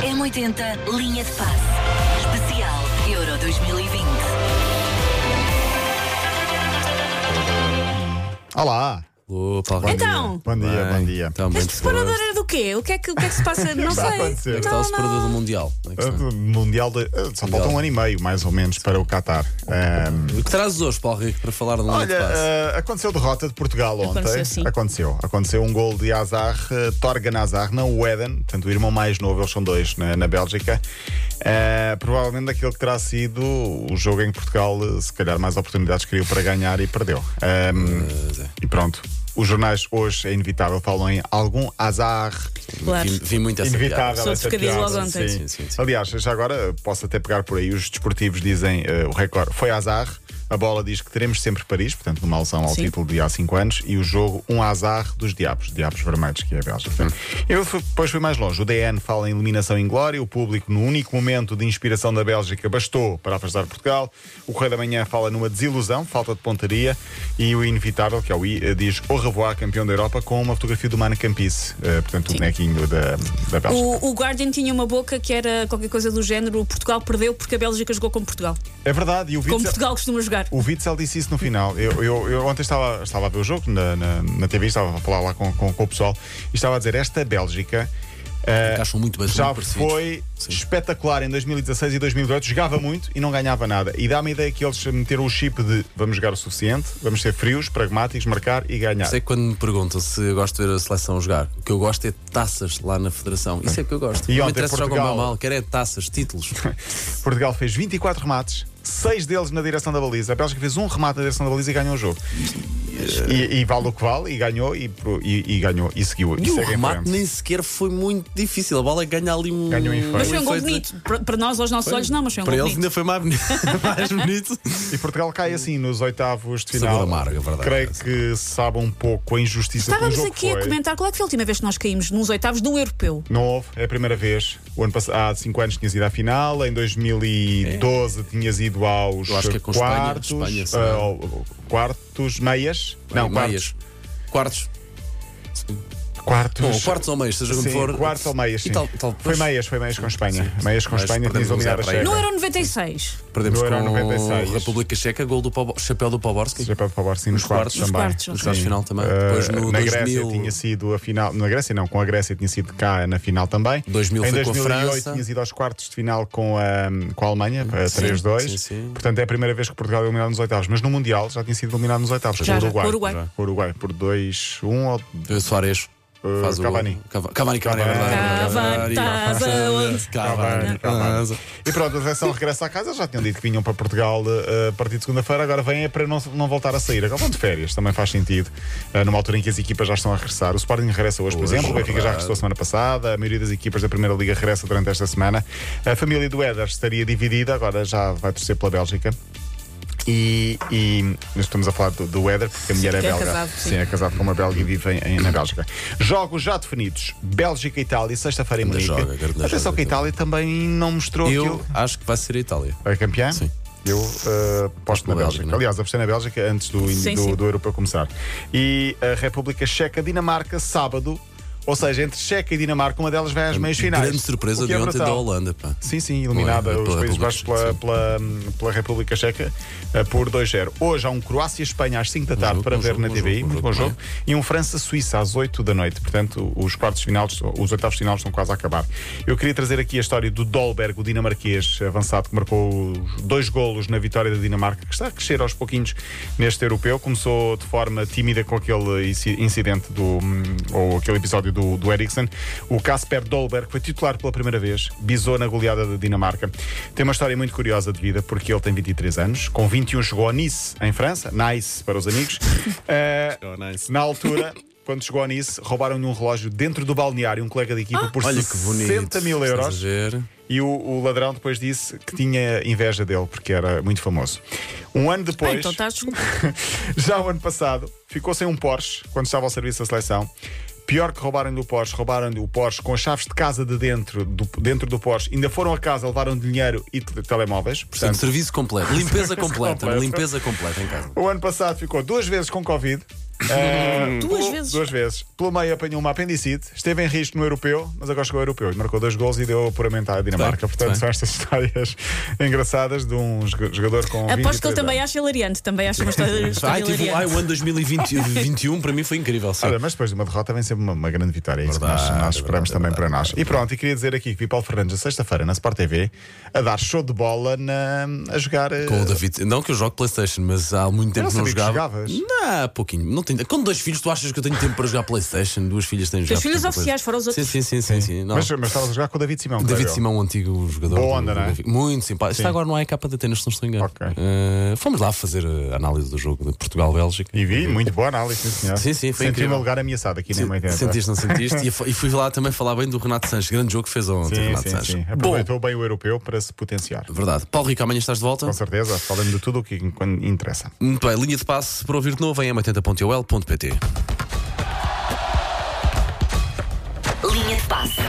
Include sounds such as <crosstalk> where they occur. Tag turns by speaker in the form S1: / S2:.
S1: M80 Linha de Passe. Especial Euro 2020.
S2: Olá!
S3: Opa, alguém.
S4: Então,
S2: Bom dia, bom dia.
S3: Então, bem
S4: este separador
S3: disposto.
S4: era do quê? O que é que, o que, é que se passa? Não
S2: Está a
S4: sei.
S2: acontecer.
S3: Como é que está
S4: Não,
S3: o separador
S4: não.
S3: do Mundial? Como é que
S2: Ah,
S3: está?
S2: do Mundial de, ah, só falta um ano e meio, mais ou menos, para o Qatar. Ahm,
S3: O que trazes hoje, Paulo Rico, para falar da linha
S2: Olha,
S3: de um passe?
S2: eh, aconteceu a derrota de Portugal ontem.
S4: Aconteceu, sim.
S2: Aconteceu. Aconteceu um gol de Azar, eh, Torgan Azar, não o Eden, portanto o irmão mais novo, eles são dois na, na Bélgica. Eh, provavelmente aquele que terá sido o jogo em que Portugal, eh, se calhar, mais oportunidades criou para ganhar e perdeu. Ahm,
S3: é.
S2: e pronto. Os jornais hoje, é inevitável, falam em algum azar.
S4: Claro.
S3: vi, vi muito essa
S2: Inevitável.
S3: piada.
S4: Sou
S2: essa
S4: trocadilho
S2: piada,
S4: logo ontem.
S2: sim.
S3: Sim, sim, sim.
S2: Aliás, já agora eh, posso até pegar por aí. Os desportivos dizem eh, o recorde foi azar. A bola diz que teremos sempre Paris, portanto, numa alusão ao
S4: Sim.
S2: título de há 5 anos, e o jogo um azar dos diabos, diabos vermelhos, que é a Bélgica. Eu fui- depois fui mais longe. O DN fala em eliminação em glória, o público, no único momento de inspiração da Bélgica, bastou para afastar Portugal. O Correio da Manhã fala numa desilusão, falta de pontaria, e o Inevitável, que é o I, eh, diz au revoir, campeão da Europa, com uma fotografia do Mano Campice, eh, portanto, o bonequinho da, da Bélgica.
S4: O, o Guardian tinha uma boca que era qualquer coisa do género: Portugal perdeu porque a Bélgica jogou como Portugal.
S2: É verdade, e o
S4: Como
S2: Witzel,
S4: Portugal costuma jogar.
S2: o Witzel disse isso no final. Eu, eu- eu ontem estava, estava a ver o jogo na, na, na TV, estava a falar lá com, com- com o pessoal e estava a dizer: esta Bélgica eh,
S3: Acham muito bem,
S2: já
S3: muito parecidos.
S2: foi
S3: Sim.
S2: espetacular em 2016 e 2018, jogava muito e não ganhava nada. E dá-me a ideia que eles meteram o chip de vamos jogar o suficiente, vamos ser frios, pragmáticos, marcar e ganhar.
S3: Sei é que quando me perguntam se eu gosto de ver a seleção jogar, o que eu gosto é taças lá na Federação. Isso é o que eu gosto.
S2: E
S3: não me
S2: ontem
S3: interessa se jogam bem
S2: Portugal-
S3: ou mal, quero é taças, títulos.
S2: <laughs> Portugal fez 24 remates, 6 deles na direção da baliza. A Bélgica fez um remate na direção da baliza e ganhou o jogo. E, e vale o que vale, e ganhou, e, pro- e- e ganhou, e seguiu.
S3: E o
S2: segue em
S3: remate
S2: frente.
S3: nem sequer foi muito difícil. A bola ganha ali um.
S2: Ganhou em efeito.
S4: Mas foi um gol
S3: efeito.
S4: bonito. Para para nós, aos nossos olhos, não, mas foi um
S3: Para
S4: gol
S3: eles
S4: bonito.
S3: ainda foi mais bonito. <laughs> mais bonito.
S2: E Portugal cai assim nos oitavos de
S3: Sabor
S2: final.
S3: amargo, é verdade.
S2: Creio que sabe um pouco a injustiça
S4: Estávamos
S2: que o jogo
S4: aqui
S2: foi.
S4: a comentar: qual é que foi a última vez que nós caímos nos oitavos do europeu?
S2: Não houve, é a primeira vez. O ano passado, há 5 anos tinhas ido à final, em 2012 tinhas ido aos
S3: É. Eu acho que é com Espanha,
S2: quartos,
S3: Espanha, se
S2: ah,
S3: não.
S2: ao- quartos, meias. não,
S3: meias. Quartos.
S2: quartos.
S3: Bom, quartos ou meias, seja como
S2: Sim,
S3: for.
S2: quartos ou meias,
S3: E
S2: sim.
S3: tal- tal-
S2: foi meias, foi meias com Espanha.
S3: Sim, sim.
S2: Meias com
S3: Mas
S2: Espanha, tinhas
S3: perdemos
S2: eliminado a
S3: um zero para
S2: Checa.
S4: No Euro 96.
S3: Perdemos
S2: No
S3: com
S2: Euro 96.
S3: a República Checa, gol do Pau- chapéu do Poborski.
S2: Já para falar, sim, nos,
S3: Nos
S2: quartos,
S3: quartos,
S4: nos
S2: também.
S4: quartos,
S3: Nos
S4: Sim.
S3: quartos de final também.
S2: Ah,
S3: Depois no
S2: na
S3: 2000.
S2: Grécia tinha sido a final. Na Grécia não, com a Grécia tinha sido cá na final também.
S3: 2000
S2: em
S3: foi com a
S2: 2008
S3: França.
S2: tinha ido aos quartos de final com a, com a Alemanha, a
S3: Sim,
S2: 3-2.
S3: sim, sim.
S2: Portanto, é a primeira vez que Portugal é eliminado nos oitavos. Mas no Mundial já tinha sido eliminado nos oitavos. com
S4: Já, já,
S2: o Uruguai.
S4: com o Uruguai.
S2: Com o Uruguai, por 2-1 ou.
S3: Eh, Soares.
S2: Eh,
S3: Faz o-
S2: Cavani.
S3: Cava- Cavani, Cavani, é verdade.
S4: Cavani, estava onde?
S3: Cavani.
S2: Cavani. E pronto, a seleção regressa à casa. Eles Já tinham dito que vinham para Portugal eh, a partir de segunda-feira. Agora vêm é para não, não voltar a sair. Agora vão de férias, também faz sentido. Eh, numa altura em que as equipas já estão a regressar. O Sporting regressa hoje, por
S3: Hoje,
S2: exemplo. O Benfica já
S3: verdade.
S2: regressou a semana passada. A maioria das equipas da Primeira Liga regressa durante esta semana. A família do Éder estaria dividida. Agora já vai torcer pela Bélgica. E, e nós estamos a falar do, do Éder, porque a mulher é,
S4: que é
S2: belga.
S4: casado, sim.
S2: sim, é casado com uma belga e vive em- em- na Bélgica. Jogos já definidos: Bélgica e Itália, sexta-feira em
S3: Grande
S2: Munique.
S3: joga, grande
S2: Atenção
S3: joga,
S2: que a Itália também não mostrou
S3: Eu
S2: aquilo.
S3: acho que vai ser a Itália.
S2: É campeã?
S3: Sim.
S2: Eu eh, aposto na Bélgica.
S3: na Bélgica, não é?
S2: Aliás, apostei na Bélgica antes do,
S4: Sim,
S2: do,
S4: sim.
S2: do europeu começar. E a República Checa, Dinamarca, sábado. Ou seja, entre Checa e Dinamarca, uma delas vai às meias finais.
S3: É Grande surpresa
S2: O que
S3: de
S2: é
S3: ontem
S2: brutal.
S3: da Holanda. Pá.
S2: Sim, sim, eliminada
S3: Não é?
S2: os
S3: Pela
S2: Países
S3: República
S2: Baixos pela,
S3: Checa,
S2: pela, hum, pela República Checa eh, por 2-0. Hoje há um Croácia-Espanha às 5 da tarde
S3: Um jogo,
S2: para
S3: bom
S2: ver
S3: jogo,
S2: na
S3: bom
S2: TVI,
S3: jogo, bom
S2: muito bom
S3: jogo,
S2: jogo. E um França-Suíça às 8 da noite. Portanto, os quartos de finais, os oitavos de final estão quase a acabar. Eu queria trazer aqui a história do Dolberg, o dinamarquês avançado, que marcou os dois golos na vitória da Dinamarca, que está a crescer aos pouquinhos neste europeu. Começou de forma tímida com aquele inci- incidente do. hum, ou aquele episódio do, do Eriksen. O Casper Dolberg foi titular pela primeira vez, bisou na goleada da Dinamarca. Tem uma história muito curiosa de vida, porque ele tem 23 anos, com 21 chegou a Nice, em França, Nice para os amigos. Eh, na altura, <laughs> quando chegou a Nice, roubaram-lhe um relógio dentro do balneário, um colega de
S4: Ah!
S2: equipa, por
S3: Olha que bonito.
S2: 60 mil
S3: Estás
S2: euros.
S3: a ver?
S2: E o, o ladrão depois disse que tinha inveja dele, porque era muito famoso. Um ano
S4: Ah,
S2: depois,
S4: então estás.
S2: <laughs> Hum. já o ano passado, ficou sem um Porsche quando estava ao serviço da seleção. Pior que roubaram-lhe o Porsche, roubaram-lhe o Porsche com as chaves de casa de dentro do, dentro do Porsche. Ainda foram a casa, levaram dinheiro e te- telemóveis.
S3: Portanto,
S2: Portanto,
S3: serviço completo, limpeza completa,
S2: completo.
S3: limpeza completa em casa.
S2: O ano passado ficou duas vezes com Covid. Ah,
S4: Duas
S2: pelo-
S4: vezes.
S2: Duas vezes. Pelo meio apanhou uma apendicite, esteve em risco no europeu, mas agora chegou ao europeu e marcou dois gols e deu puramente à Dinamarca.
S3: Bem,
S2: Portanto,
S3: bem.
S2: são estas <laughs> histórias engraçadas de um joga- jogador com.
S4: Aposto que
S2: 23
S4: ele também é-
S2: anos.
S4: acha hilariante. Também acha uma história, história
S3: Ai, tive, um ai,
S4: hilariante.
S3: o ano 2021 para mim foi incrível. Sim.
S2: Olha, mas depois de uma derrota vem sempre uma, uma grande vitória. É isso que nós,
S3: Verdade,
S2: nós esperamos
S3: verdade,
S2: também
S3: verdade,
S2: para nós. e pronto, e queria dizer aqui que vi Paulo Fernandes, na sexta-feira, na Sport TV, a dar show de bola na- a jogar. eh,
S3: Com o David, não que eu jogo Playstation, mas há muito
S2: Eu
S3: tempo
S2: não
S3: que não
S2: sabia que
S3: jogava.
S2: jogavas.
S3: Não, há pouquinho. Não tenho... Com dois filhos, tu achas que eu tenho tempo para jogar Playstation? Duas filhas têm jogado.
S4: filhas
S3: tempo para
S4: oficiais,
S3: Playstation.
S4: foram os outros.
S3: Sim, sim, sim, sim. sim. Não.
S2: Mas, mas estavas a jogar com o David Simão.
S3: David
S2: creio eu.
S3: Simão, um antigo jogador.
S2: Boa
S3: do-
S2: onda,
S3: do
S2: não é?
S3: Benfica. Muito simpático.
S2: Sim.
S3: Está agora no AEK Atenas, se não estou engano.
S2: Ok.
S3: Eh, fomos lá fazer a análise do jogo de Portugal-Bélgica.
S2: E vi, muito boa análise, sim, senhor.
S3: Sim, sim, foi
S2: Senti-me
S3: incrível.
S2: a lugar ameaçado aqui na M80.
S3: Sentiste, não sentiste? E fo- E fui lá também falar bem do Renato Sanches, grande jogo que fez ontem.
S2: Sim,
S3: Renato
S2: sim,
S3: Sanches.
S2: sim.
S3: Bom,
S2: Aproveitou bem o europeu para se potenciar.
S3: verdade. Paulo Rico, amanhã estás de volta?
S2: Com certeza, falando de tudo o que quando interessa.
S3: Muito bem, linha de passe para ouvir de novo em m80.ol.pt.
S1: Linha de passe.